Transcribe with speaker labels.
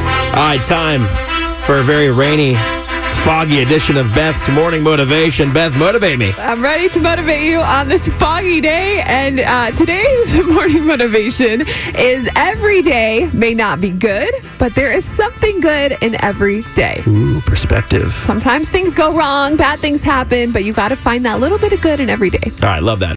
Speaker 1: All right, time for a very rainy, foggy edition of Beth's Morning Motivation. Beth, motivate me.
Speaker 2: I'm ready to motivate you on this foggy day. And uh, today's morning motivation is every day may not be good, but there is something good in every day.
Speaker 1: Ooh, perspective.
Speaker 2: Sometimes things go wrong, bad things happen, but you got to find that little bit of good in every day.
Speaker 1: All right, love that.